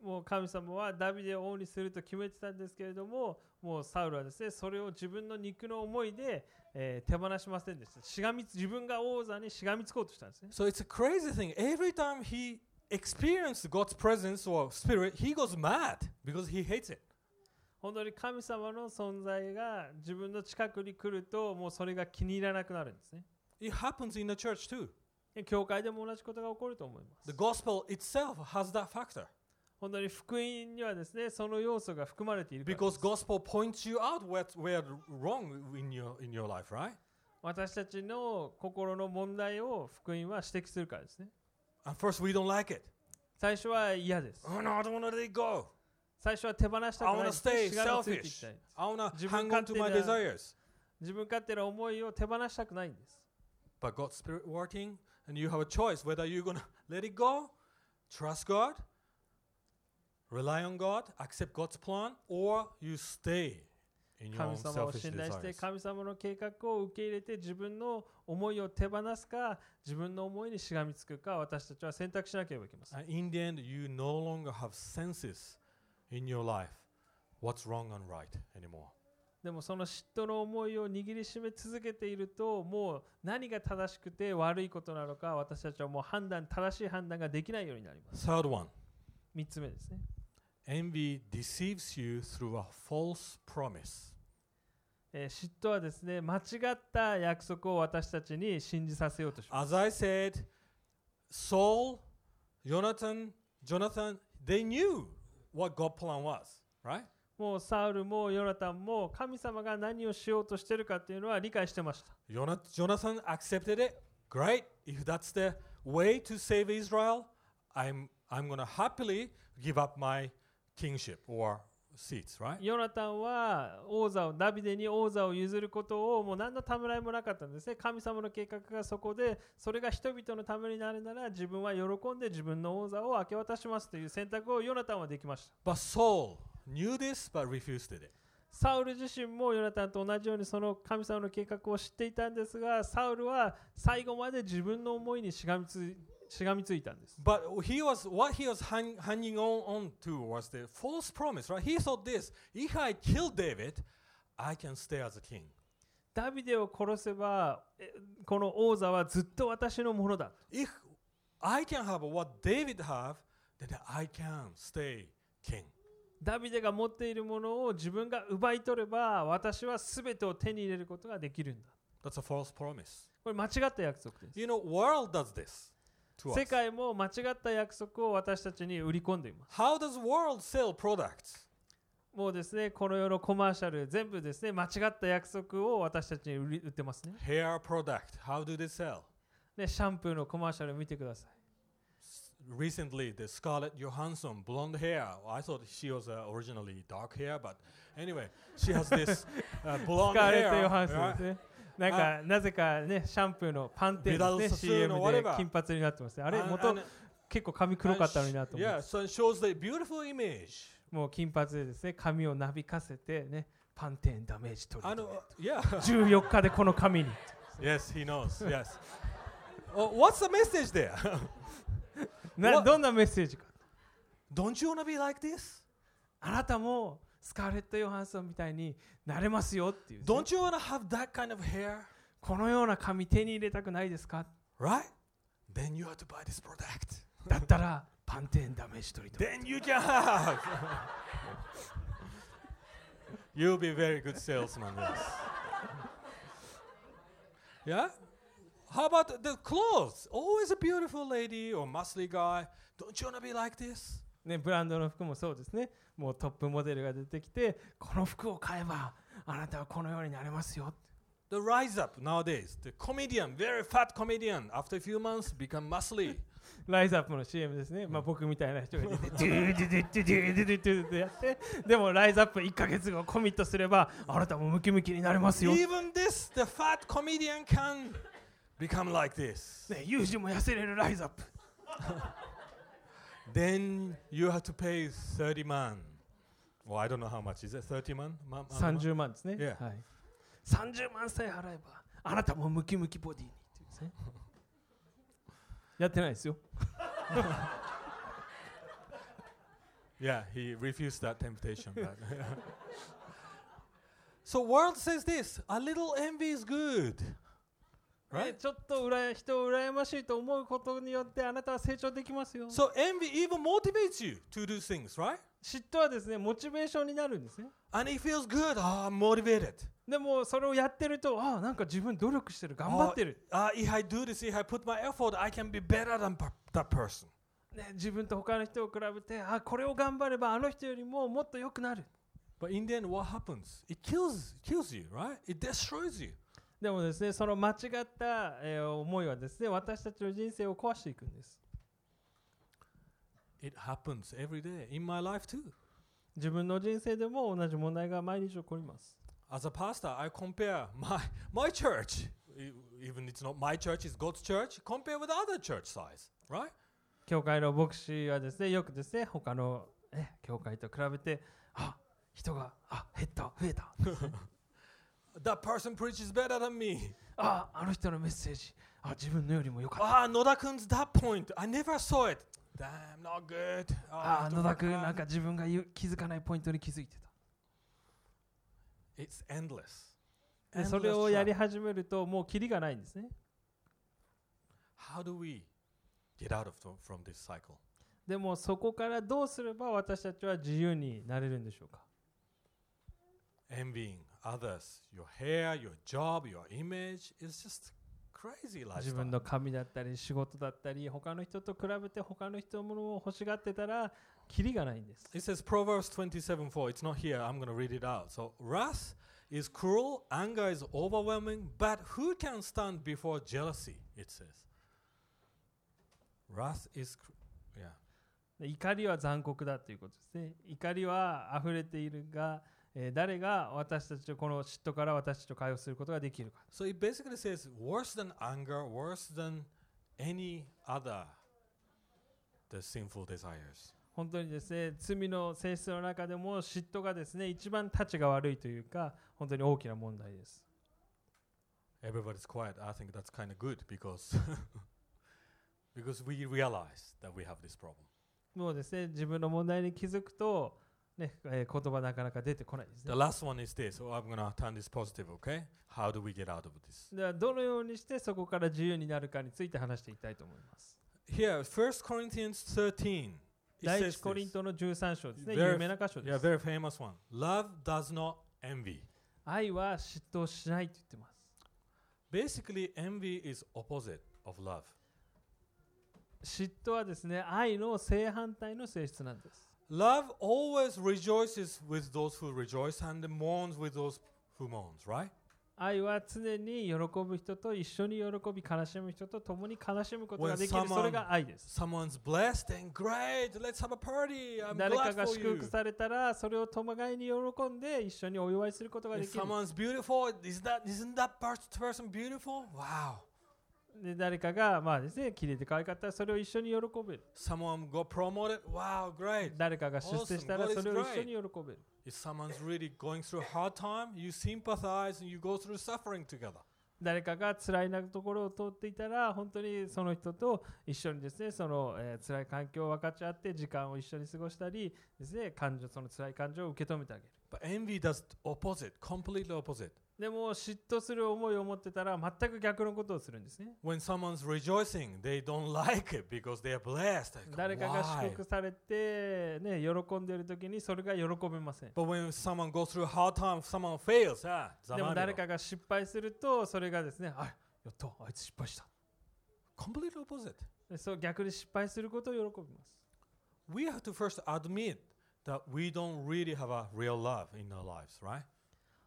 S2: もう神様はダビデを王にすると決めてたんですけれどももうサウルはですねそれを自分の肉の思いで、えー手放しませんでしたしがみつ自分が王座にしがみつこうとしたんですね
S1: So it's a crazy thing. Every time he experiences God's presence or spirit, he goes mad because he hates it.
S2: 本当に神様の存在が自分の近くに来るともうそれが気に入らなくなるんですね
S1: It happens in the church too.
S2: で教会でも同じことが起こると思いま
S1: The
S2: す
S1: gospel itself has that factor
S2: 本当に福音にはですねその要素が含まれているからで
S1: because
S2: す
S1: gospel points you out where where wrong in your in your life, right?
S2: 私たちの心の問題を福音は指摘するからですね
S1: And first we don't like it.
S2: 最初は嫌です
S1: Oh no, I don't want to let it go.
S2: 最初は手放したく
S1: I
S2: な
S1: want
S2: いで
S1: to
S2: すね
S1: stay
S2: しがみついていき
S1: selfish.
S2: たいんです
S1: I want to
S2: 自分
S1: hang on to my
S2: 勝手な-
S1: desires.
S2: 自分勝手な思いを手放したくないんです。
S1: But God's spirit working, and you have a choice whether you're gonna let it go, trust God, rely on God, accept God's plan, or you stay in your
S2: 神
S1: own
S2: 様を
S1: selfish
S2: 信頼して
S1: desires.
S2: 神様の計画を受け入れて自分の思いを手放すか自分の思いにしがみつくか私たちは選択しなければいけません。
S1: And in the end, you no longer have senses in your life what's wrong and right anymore.
S2: でもその嫉妬の思いを握りしめ続けているともう何が正しくて悪いことなのか私たちはもう判断正しい判断ができないようになります。
S1: Third one
S2: 3つ目ですね。
S1: envy deceives you through a false promise.
S2: えー嫉妬はですね間違った約束を私たちに信じさせようとします
S1: As I said, Saul, Jonathan, Jonathan, they knew what God's plan was, right?
S2: もうサウルもヨナタンも神様が何をしようとしてるかっていうのは理解してました。
S1: Jona- Jonathan accepted it. Great. If that's the way to save Israel, I'm I'm gonna happily give up my kingship or seats, right?
S2: ヨナタンは王座をダビデに王座を譲ることをもう何のためらいもなかったんですね。神様の計画がそこでそれが人々のためになるなら自分は喜んで自分の王座を明け渡しますという選択をヨナタンはできました。
S1: But Saul knew this but refused it.
S2: サウル自身もヨナタンと同じようにその神様の計画を知っていたんですがサウルは最後まで自分の思いにしがみついしがみついたんです。
S1: But he was what he was hang, hanging on, on to was the false promise, right? He thought this: if I kill David, I can stay as a king.
S2: ダビデを殺せばえこの王座はずっと私のものだ
S1: If I can have what David have, then I can stay king.
S2: ダビデが持っているものを自分が奪い取れば私は全てを手に入れることができるんだ
S1: That's a false promise.
S2: これ間違った約束です
S1: You know, world does this to
S2: 世
S1: us.
S2: 界も間違った約束を私たちに売り込んでいます
S1: How does world sell products?
S2: もうですねこの世のコマーシャル全部ですね間違った約束を私たちに売り売ってますね
S1: Hair product. How do they sell?
S2: ねシャンプーのコマーシャル見てください
S1: Recently, the Scarlett Johansson, blonde hair. I thought she was uh, originally dark hair, but anyway, she has this uh,
S2: ス
S1: blonde
S2: カーレ
S1: hair.
S2: ット・ヨハンソン
S1: right?
S2: ですねなんかなぜかねシャンプーのパンテーン
S1: ビダル
S2: です
S1: サス
S2: ね
S1: ー
S2: CM
S1: の
S2: で
S1: whatever
S2: 金髪になってますねあれ
S1: And-
S2: 元
S1: and-
S2: 結構髪黒かったのになと思って
S1: yeah, so it shows the beautiful image.
S2: もう金髪でですね髪をなびかせてねパンテーンダメージ取り
S1: I
S2: 入れ
S1: know. uh, Yeah.
S2: て14日でこの髪に
S1: yes, he knows. Yes. Oh, what's the message there?
S2: な
S1: What?
S2: どん なメッセージか
S1: Don't you want to be like this?
S2: あなたもスカーレット・ヨハンソンみたいになれますよっていうですね、
S1: Don't you want to have that kind of hair?
S2: このような髪手に入れたくないですか
S1: Right? Then you have to buy this product.
S2: だったらパンテーンダメージ取りと
S1: Then you can have. You'll be very good salesman. Yes. Yeah. How about the clothes? Always a beautiful lady or muscly guy. Don't you wanna be like this?
S2: ね、ブランドの服もそうですねもうトップモデルが出てきてこの服を買えばあなたはこのようになれますよ
S1: The rise up nowadays. The comedian, very fat comedian, after a few months become muscly.
S2: ライズアップの CM ですね、まあ、僕みたいな人が出てドゥードゥドゥドゥドゥドゥドゥドゥドゥってやってでもライズアップ1ヶ月後コミットすればあなたもムキムキになれますよ、ね、
S1: Even this, the fat comedian can become like this.
S2: 友人も痩せれるライズアップ
S1: Then you have to pay 30 man. Well, I don't know how much. Is it 30 man? Ma- ma- ma-
S2: 30万ですね、
S1: Yeah.
S2: はい、30万さえ払えばあなたもムキムキボディにっていうですねやってないですよ
S1: Yeah, he refused that temptation. but- so world says this, a little envy is good.
S2: ね
S1: Right?
S2: ちょっとうらや人を羨ましいと思うことによってあなたは成長できますよ
S1: So envy even motivates you to do things, right?
S2: 嫉妬はですねモチベーションになるんですね
S1: And it feels good. Ah, I'm motivated.
S2: でもそれをやってるとああなんか自分努力してる頑張ってる、
S1: Ah, if I do this, if I put my effort, I can be better than per- that person.
S2: ね、自分と他の人を比べてあこれを頑張ればあの人よりももっと良くなる
S1: But in the end, what happens? It kills, kills you, right? It destroys you.
S2: でもですねその間違った、えー思いはですね私たちの人生を壊していくんです
S1: It happens every day in my life too.
S2: 自分の人生でも同じ問題が毎日起こります
S1: As a pastor, I compare my my church, e- even it's not my church, it's God's church, compare with other church size, right?
S2: 教会の牧師はですねよくですね他の、ね、教会と比べてあ人があ減った増えた
S1: That person preaches better than me.
S2: ああの人のメッセージあ自分のよりも良かった
S1: Ah, Nodakun's that point. I never saw it. Damn, not good. Ah,
S2: あ
S1: have to
S2: 野田
S1: work
S2: 君
S1: hard.
S2: なんか自分が言う気づかないポイントに気づいてた
S1: It's endless.
S2: で
S1: Endless
S2: それをやり
S1: track.
S2: 始めるともうキリがないんですね
S1: How do we get out of th- from this cycle?
S2: でもそこからどうすれば私たちは自由になれるんでしょうか
S1: Envying others, your hair, your job, your image is just crazy
S2: 自
S1: lifestyle.
S2: 分の髪だったり仕事だったり他の人と比べて他の人のものを欲しがってたらキリがないんです
S1: It says Proverbs 27:4. It's not here. I'm going to read it out. So, wrath is cruel, anger is overwhelming, but who can stand before jealousy? It says. Wrath is cr- yeah.
S2: で怒りは残酷だということですね怒りは溢れているが、えー誰が私たちをこの嫉妬から私たちを解放することができるか
S1: So it basically says worse than anger, worse than any other the sinful desires.
S2: 本当にですね罪の性質の中でも嫉妬がですね一番たちが悪いというか本当に大きな問題です
S1: Everybody's quiet. I think that's kind of good because because we realize that we have this problem.
S2: もうですね自分の問題に気づくと、ねえー言葉なかなか出てこないですね
S1: The last one is this. Oh, I'm going to turn this positive, okay? How do we get out of this?
S2: ではどのようにしてそこから自由になるかについて話していきたいと思います。
S1: Here, 1 Corinthians 13. It
S2: 第
S1: says
S2: 一コリン
S1: this.
S2: トの13章ですね。
S1: Very-
S2: 有名な箇所で
S1: Yeah,
S2: す。
S1: very famous one. Love does not envy.
S2: 愛は嫉妬をしないと言ってます。
S1: Basically, envy is opposite of love.
S2: 嫉妬はですね、愛の正反対の性質なんです。
S1: Love always rejoices with those who rejoice and mourns with those who mourns, right?
S2: 愛は常に喜ぶ人と一緒に喜び、悲しむ人と共に悲しむことができ
S1: When
S2: る。
S1: someone-
S2: それが愛です。
S1: Someone's blessed and great. Let's have a party. I'm
S2: 誰か
S1: glad
S2: が
S1: for
S2: 祝福
S1: you.
S2: されたら、それを互いに喜んで一緒にお祝いすることがで
S1: If
S2: きる。
S1: someone's beautiful, is that isn't that pers- person beautiful? Wow.
S2: で誰かが、まあですね、綺麗で可愛かったら、それを一緒に喜べる。
S1: Someone got promoted. Wow, great.
S2: 誰かが出世したら、
S1: Awesome. God
S2: そ
S1: is
S2: れを一緒
S1: great.
S2: に喜べる。
S1: If someone's really going through a hard time, you sympathize and you go through suffering together.
S2: 誰かが辛いなところを通っていたら本当にその人と一緒にですねその、えー辛い環境を分かち合って時間を一緒に過ごしたりですね感情その辛い感情を受け止めてあげる
S1: But envy does opposite, completely opposite.
S2: でも嫉妬する思いを持ってたら全く逆のことをするんですね。
S1: When someone's rejoicing, they don't like it because they are blessed. Like,
S2: 誰かが
S1: "Why?"
S2: 祝福されて、ね、喜んでいる時にそれが喜べません。
S1: But when someone goes through hard time, someone fails, ah,
S2: でも
S1: zamamiro.
S2: 誰かが失敗するとそれがですね、あやった、あいつ失敗した。
S1: completely opposite.
S2: でそう逆に失敗することを喜びます。
S1: We have to first admit that we don't really have a real love in our lives, right?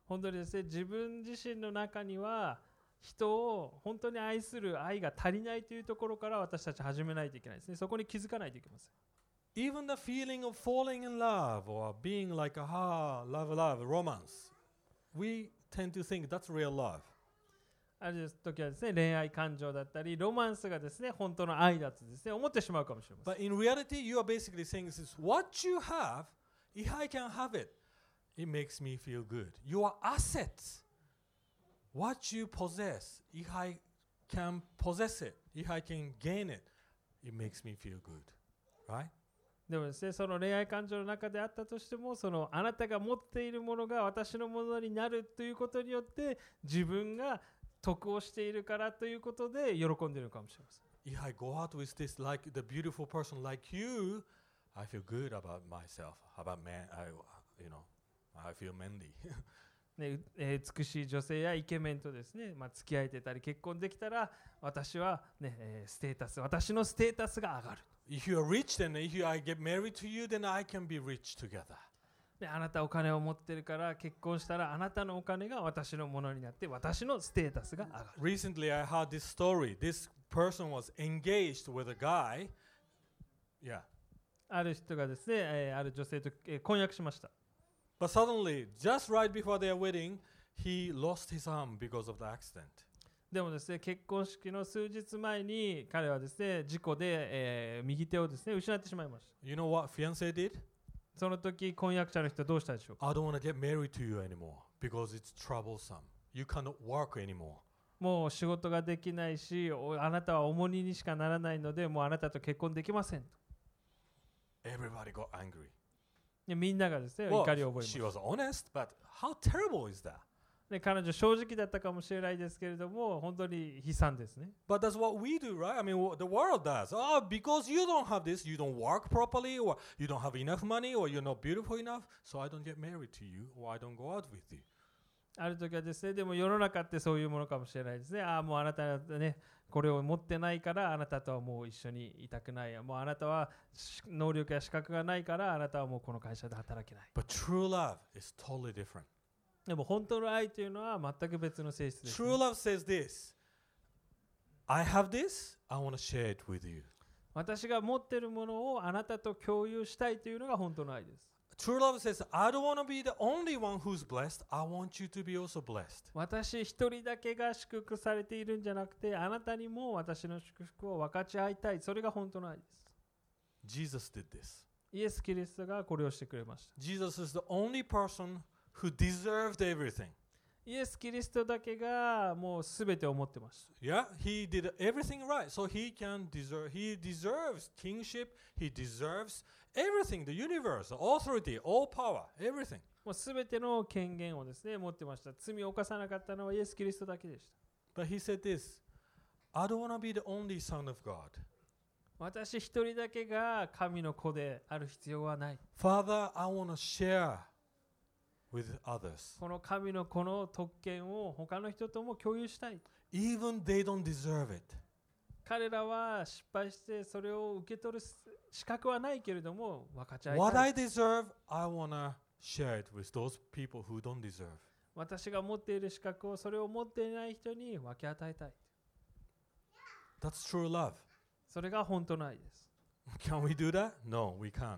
S2: 本当にですね、自分自身の中には人を本当に愛する愛が足りないというところから私たち始めないといけないですね。そこに気づかないといけません。
S1: Even the feeling of falling in love or being like, ah, love, love, romance, we tend to think that's real love.
S2: ある時はですね、恋愛感情だったり、ロマンスがですね、本当の愛だとですね、思ってしまうかもしれません。
S1: But in reality, you are basically saying this is what you have, if I can have it, it makes me feel good. Your assets, what you possess, if I can possess it, if I can gain it, it makes me feel good. Right?
S2: でもですね、その恋愛感情の中であったとしても、そのあなたが持っているものが私のものになるということによって、自分が得をしているからということで喜んでいるのかもしれません。
S1: If I go out with this, like the beautiful person like you, I feel good about myself, about man, I, you know, I feel manly.
S2: ねうえー美しい女性やイケメンとですね、まあ、付き合えてたり結婚できたら私は、ねえーステータス私のステータスが上がる、
S1: if you are rich, then if you, I get married to you, then I can be rich together.
S2: ね、あなたお金を持ってるから結婚したらあなたのお金が私のものになって私のステータスが上がる
S1: Recently, I heard this story. This person was engaged with a guy. Yeah.
S2: ある人がですね、えーある女性と、えー婚約しました
S1: But suddenly, just right before their wedding, he lost his arm because of the accident.
S2: でもですね結婚式の数日前に彼はですね事故で、えー右手をですね失ってしまいました
S1: You know what fiance did?
S2: その時婚約者の人はどうしたでしょうか
S1: I don't want to get married to you anymore because it's troublesome. You cannot work anymore.
S2: もう仕事ができないしおあなたは重荷にしかならないのでもうあなたと結婚できません
S1: Everybody got angry.
S2: でみんながですね
S1: Well,
S2: 怒りを覚えま
S1: she
S2: す
S1: was honest, but how terrible is that?
S2: で彼女正直だったかもしれないですけれども本当に悲惨ですね
S1: But that's what we do, right? I mean, wha- the world does. Oh, because you don't have this, you don't work properly, or you don't have enough money, or you're not beautiful enough, so I don't get married to you, or I don't go out with you.
S2: ある時はですねでも世の中ってそういうものかもしれないですねああもうあなたはねこれを持ってないからあなたとはもう一緒にいたくないもうあなたはし能力や資格がないからあなたはもうこの会社で働けない
S1: But true love is totally different.
S2: でも本当の愛というのは全く別の性質ですね、
S1: True love says this I have this, I want to share it with you.
S2: 私が持っているものをあなたと共有したいというのが本当の愛です
S1: True love says, I don't want to be the only one who's blessed, I want you to be also blessed.
S2: 私一人だけが祝福されているんじゃなくてあなたにも私の祝福を分かち合いたいそれが本当の愛です
S1: Jesus did this.
S2: イエス・キリストがこれをしてくれました
S1: Jesus is the only person who deserved everything.
S2: イエス・キリストだけがもう全てを持ってました
S1: Yeah, he did everything right. So he can deserve he deserves kingship, he deserves everything, the universe, the authority, all power, everything.
S2: もう全ての権限をですね持ってました罪を犯さなかったのはイエス・キリストだけでした
S1: But he said this, I don't want to be the only son of God.
S2: 私一人だけが神の子である必要はない
S1: Father, I want to share with others.
S2: この神の子の特権を他の人とも共有したい
S1: Even they don't deserve it.
S2: 彼らは失敗してそれを受け取る資格はないけれども分かち合い
S1: What
S2: た
S1: I
S2: い
S1: deserve, I want to share it with those people who don't deserve.
S2: 私が持っている資格をそれを持っていない人に分け与えたい
S1: That's true love.
S2: それが本当の愛です
S1: Can we do that? No, we can't.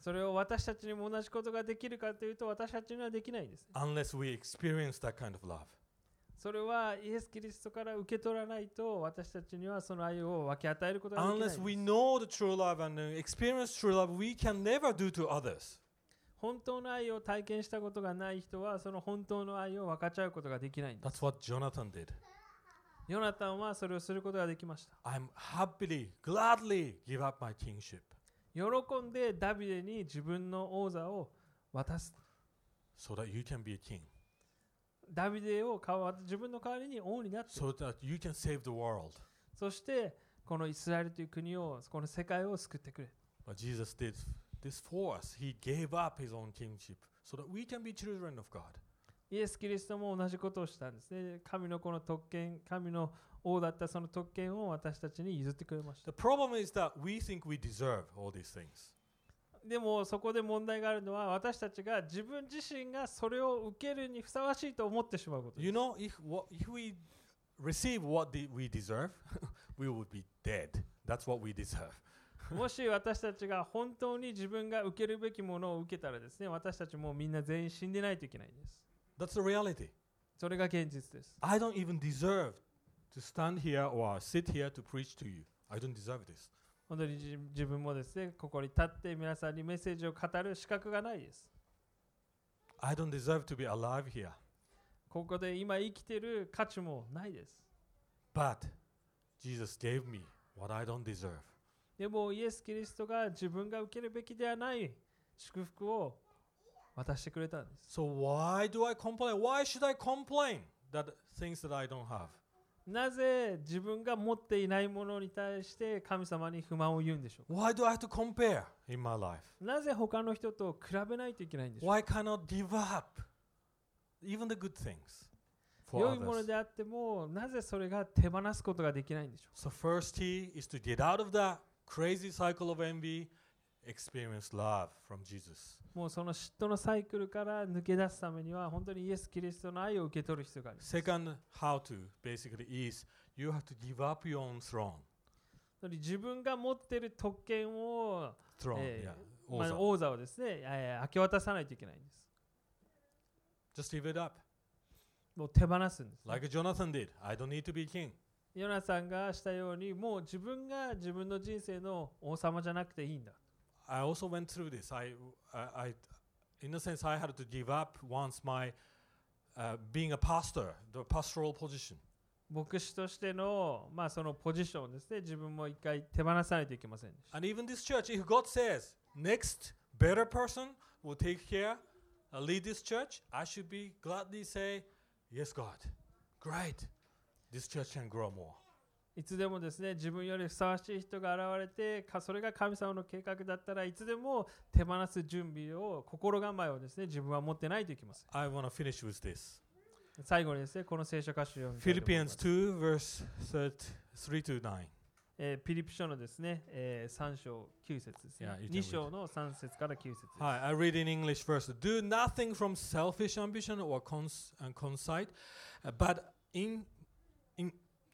S2: それを私たちにも同じことができるかというと私たちにはできないんですね
S1: Unless we experience that kind of love.
S2: それはイエス・キリストから受け取らないと私たちにはその愛を分け与えることができないんで
S1: Unless
S2: す
S1: we know the true love and uh, experience true love, we can never do to others.
S2: 本当の愛を体験したことがない人はその本当の愛を分かち合うことができないんで
S1: That's
S2: す
S1: what Jonathan did.
S2: ヨナタンはそれをすることができました
S1: I'm happily, gladly give up my kingship.
S2: 喜んでダビデに自分の王座を渡す
S1: so that you can be a king,
S2: ダビデを代わ自分の代わりに王になって
S1: so that you can save the world.
S2: そしてこのイスラエルという国をこの世界を救ってくれ
S1: But Jesus did this for us. He gave up his own kingship so that we can be children of God.
S2: イエス・キリストも同じことをしたんですね神のこの特権神の王だったその特権を私たちに譲ってくれました
S1: The problem is that we think we deserve all these things.
S2: でもそこで問題があるのは私たちが自分自身がそれを受けるにふさわしいと思ってしまうことです
S1: You know, if, what, if we receive what de- we deserve, we would be dead. That's what we deserve.
S2: もし私たちが本当に自分が受けるべきものを受けたらですね私たちもうみんな全員死んでないといけないんです
S1: That's the reality.
S2: それが現実です
S1: I don't even deserve to stand here or sit here to preach to you. I don't deserve this.
S2: 本当にじ自分もですねここに立って皆さんにメッセージを語る資格がないです
S1: I don't deserve to be alive here.
S2: ここで今生きてる価値もないです
S1: But Jesus gave me what I don't deserve.
S2: でもイエス・キリストが自分が受けるべきではない祝福を渡してくれたんです
S1: So why do I complain? Why should I complain that things that I don't have?
S2: なぜ自分が持っていないものに対して神様に不満を言うんでしょう
S1: Why do I have to compare in my life?
S2: なぜ他の人と比べないといけないんでしょ
S1: Why cannot give up even the good things
S2: う
S1: for
S2: 良いもの
S1: others?
S2: であってもなぜそれが手放すことができないんでしょ
S1: So first key is to get out of that crazy cycle of envy, experience love from Jesus.
S2: うもうその嫉妬のサイクルから抜け出すためには本当にイエス・キリストの愛を受け取る必要があります
S1: Second, how to basically is you have to give up your own throne.
S2: 本当に自分が持っている特権を、
S1: Throne,
S2: えー
S1: yeah.
S2: ま
S1: Also,
S2: あ、王座をですね、えー明け渡さないといけないんです
S1: just give it up.
S2: もう手放すんです、
S1: Like Jonathan did. I don't need to be king.
S2: ヨナさんがしたようにもう自分が自分の人生の王様じゃなくていいんだ
S1: I also went through this. I, I, I in a sense, I had to give up once my uh, being a pastor, the pastoral position.
S2: 牧師としての,、まあそのポジションですね自分も一回手放さないといけませんでした
S1: And even this church, if God says next better person will take care, uh, lead this church, I should be gladly say, yes, God, great. This church can grow more.
S2: いつでもですね自分よりふさわしい人が現れてかそれが神様の計画だったらいつでも手放す準備を心構えをですね自分は持ってないといけません
S1: I want to finish with this.
S2: 最後にですねこの聖書歌詞を読みたいと思います
S1: Philippians 2, verse thir- 3 to 9.
S2: えーピリピ書のですね、えー3章9節ですね
S1: Yeah, you can read.
S2: 2章の3節から9節です
S1: Hi, I read in English first. Do nothing from selfish ambition or cons- and conceit, uh, but in, in,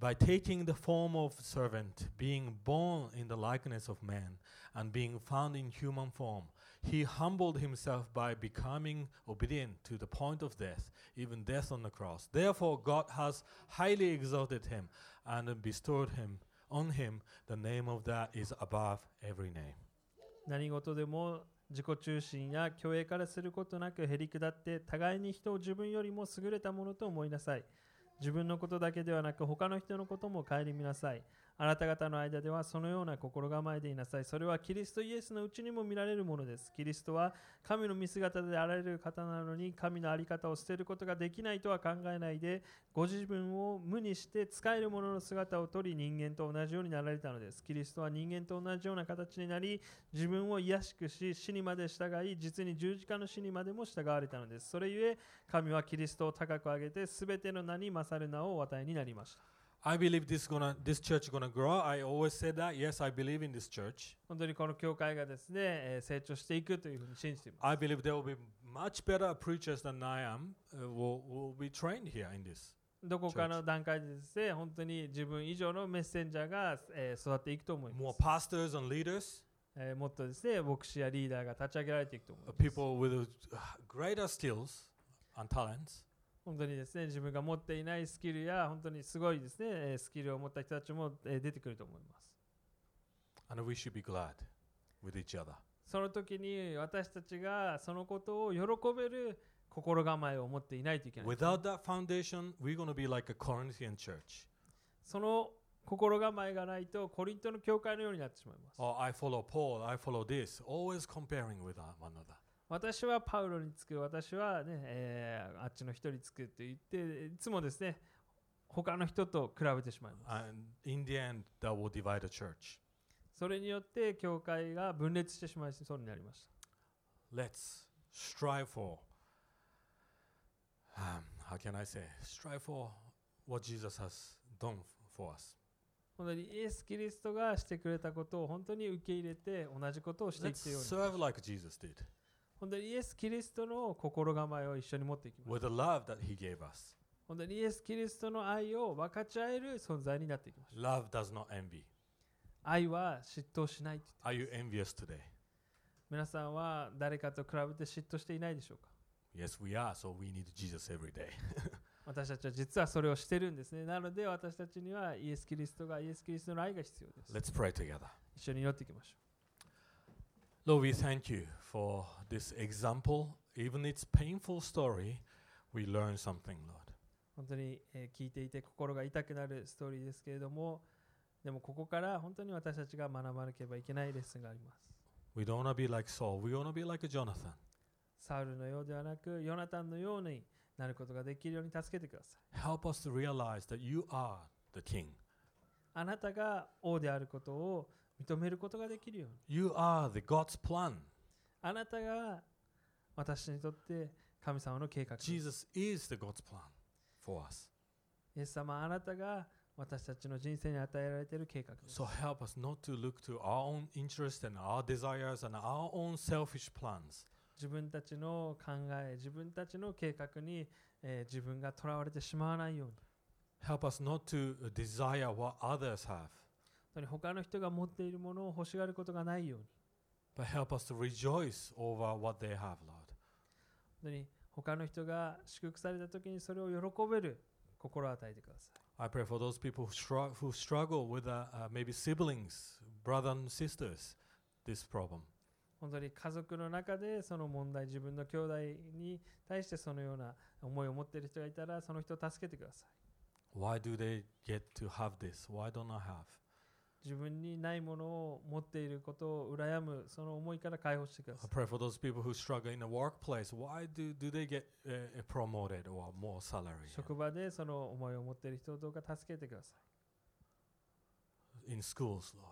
S1: by taking the form of servant, being born in the likeness of man, and being found in human form. He humbled himself by becoming obedient to the point of death, even death on the cross. Therefore, God has highly exalted him and bestowed him on him the name of that is above every name.
S2: 何事でも自己中心や虚栄からすることなくへりくだって互いに人を自分よりも優れたものと思いなさい自分のことだけではなく他の人のことも顧みなさいあなた方の間ではそのような心構えでいなさいそれはキリストイエスのうちにも見られるものですキリストは神の見姿であられる方なのに神の在り方を捨てることができないとは考えないでご自分を無にして使える者の姿をとり人間と同じようになられたのですキリストは人間と同じような形になり自分を卑しくし死にまで従い実に十字架の死にまでも従われたのですそれゆえ神はキリストを高く上げて全ての名に勝る名をお与えになりました
S1: I believe this gonna this church gonna grow. I always said that. Yes, I believe in this church.
S2: 本当にこの教会がですねえー成長していくというふうに信じています
S1: I believe there will be much better preachers than I am uh, will, will be trained here in this.
S2: どこかの段階でですね本当に自分以上のメッセンジャーが、えー育っていくと思い
S1: More
S2: ます、
S1: pastors and leaders,
S2: えーもっとですね牧師やリーダーが立ち上げられていくと思
S1: uh,
S2: います
S1: people with uh, greater skills and talents.
S2: 本当にですね自分が持っていないスキルや本当にすごいですねえースキルを持った人たちもえー出てくると思います
S1: And we should be glad with each other.
S2: その時に私たちがそのことを喜べる心構えを持っていないといけない
S1: Without that foundation, we're going to be like a Corinthian church.
S2: その心構えがないとコリントの教会のようになってしまいます
S1: Oh, I follow Paul, I follow this. Always comparing with uh, one another.
S2: 私はパウロにつく私はね、えーあっちの人につくって言っていつもですね他の人と比べてしまいます
S1: And in the end, that will divide the church.
S2: それによって教会が分裂してしまいそうになりました
S1: Let's strive for, um, how can I say, strive for what Jesus has done for us.
S2: 本当にイエス・キリストがしてくれたことを本当に受け入れて同じことをしていく
S1: Let's
S2: ように
S1: serve like Jesus did
S2: 本当にイエス・キリストの心構えを一緒に持っていきます
S1: with the love that He gave us.
S2: 本当にイエス・キリストの愛を分かち合える存在になっていきましょう
S1: Love does not envy.
S2: 愛は嫉妬しないって言ってます
S1: Are you envious today?
S2: 皆さんは誰かと比べて嫉妬していないでしょうか
S1: Yes, we are, so we need Jesus every day.
S2: 私たちは実はそれをしてるんですね。なので私たちにはイエス・キリストがイエス・キリストの愛が必要です。
S1: Let's pray together.
S2: 一緒に祈っていきましょ
S1: Lord, we thank you for this example. Even its painful story, we learn something, Lord.
S2: う。本当に、えー聞いていて心が痛くなるストーリーですけれども、でもここから本当に私たちが学ばなければいけないレッスンがあります。
S1: We don't want to be like Saul. We want to be like a Jonathan.
S2: サウルのようではなく、ヨナタンのようになることができるように助けてください。
S1: Help us to realize that you are the King.
S2: あなたが王であることを認めることができるように。
S1: You are the God's plan.
S2: あなたが私にとって神様の計画です。
S1: Jesus is the God's plan for us.
S2: イエス様あなたが私たちの人生に与えられている計画です
S1: So help us not to look to our own interests and our desires and our own selfish plans.
S2: 自分たちの考え自分たちの計画に、えー自分がとらわれてしまわないように
S1: Help us not to uh, desire what others have,
S2: 本当に他の人が持っているものを欲しがることがないように
S1: but help us to rejoice over what they have, Lord.
S2: 本当に他の人が祝福された時にそれを喜べる心を与えてください
S1: I pray for those people who, stru- who struggle with uh, uh, maybe siblings, brothers and sisters, this problem.
S2: 本当に家族の中でその問題自分の兄弟に対してそのような思いを持っている人がいたらその人を助けてください
S1: Why do they get to have this? Why don't I have?
S2: 自分にないものを持っていることを羨むその思いから解放してください
S1: I pray for those people who struggle in the workplace. Why do, do they get uh, uh, promoted or more salary?
S2: 職場でその思いを持っている人をどうか助けてください。
S1: In schools, Lord.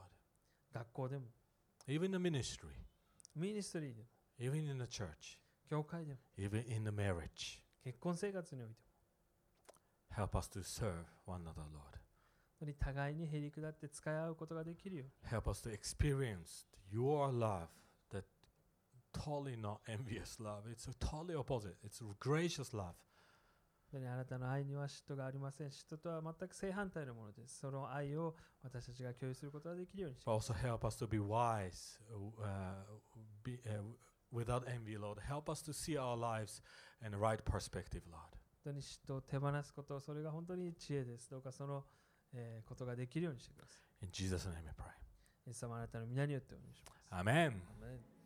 S2: 学校でも、
S1: Even in the ministry,
S2: ミニストリーでも、
S1: even in the church,
S2: 教会でも、
S1: even in the marriage.
S2: 結婚生活において
S1: Help us to serve one another, Lord.
S2: も、本当に互いにへり下って使い合うことができるように、
S1: Help us to experience your love that totally not envious love. It's a totally opposite. It's gracious love.
S2: 本当にあなたの愛には嫉妬がありません。嫉妬とは全く正反対のものです。その愛を私たちが共有することができるようにし
S1: But also help us to be wise uh, be, uh, without envy, Lord. Help us to see our lives in the right perspective, Lord.
S2: 本当に嫉妬を手放すこと、それが本当に知恵です。どうかその、えーことができるようにしてください。
S1: In Jesus' name we pray.
S2: イエス様あなたの皆によってお願いします。
S1: Amen.
S2: アーメン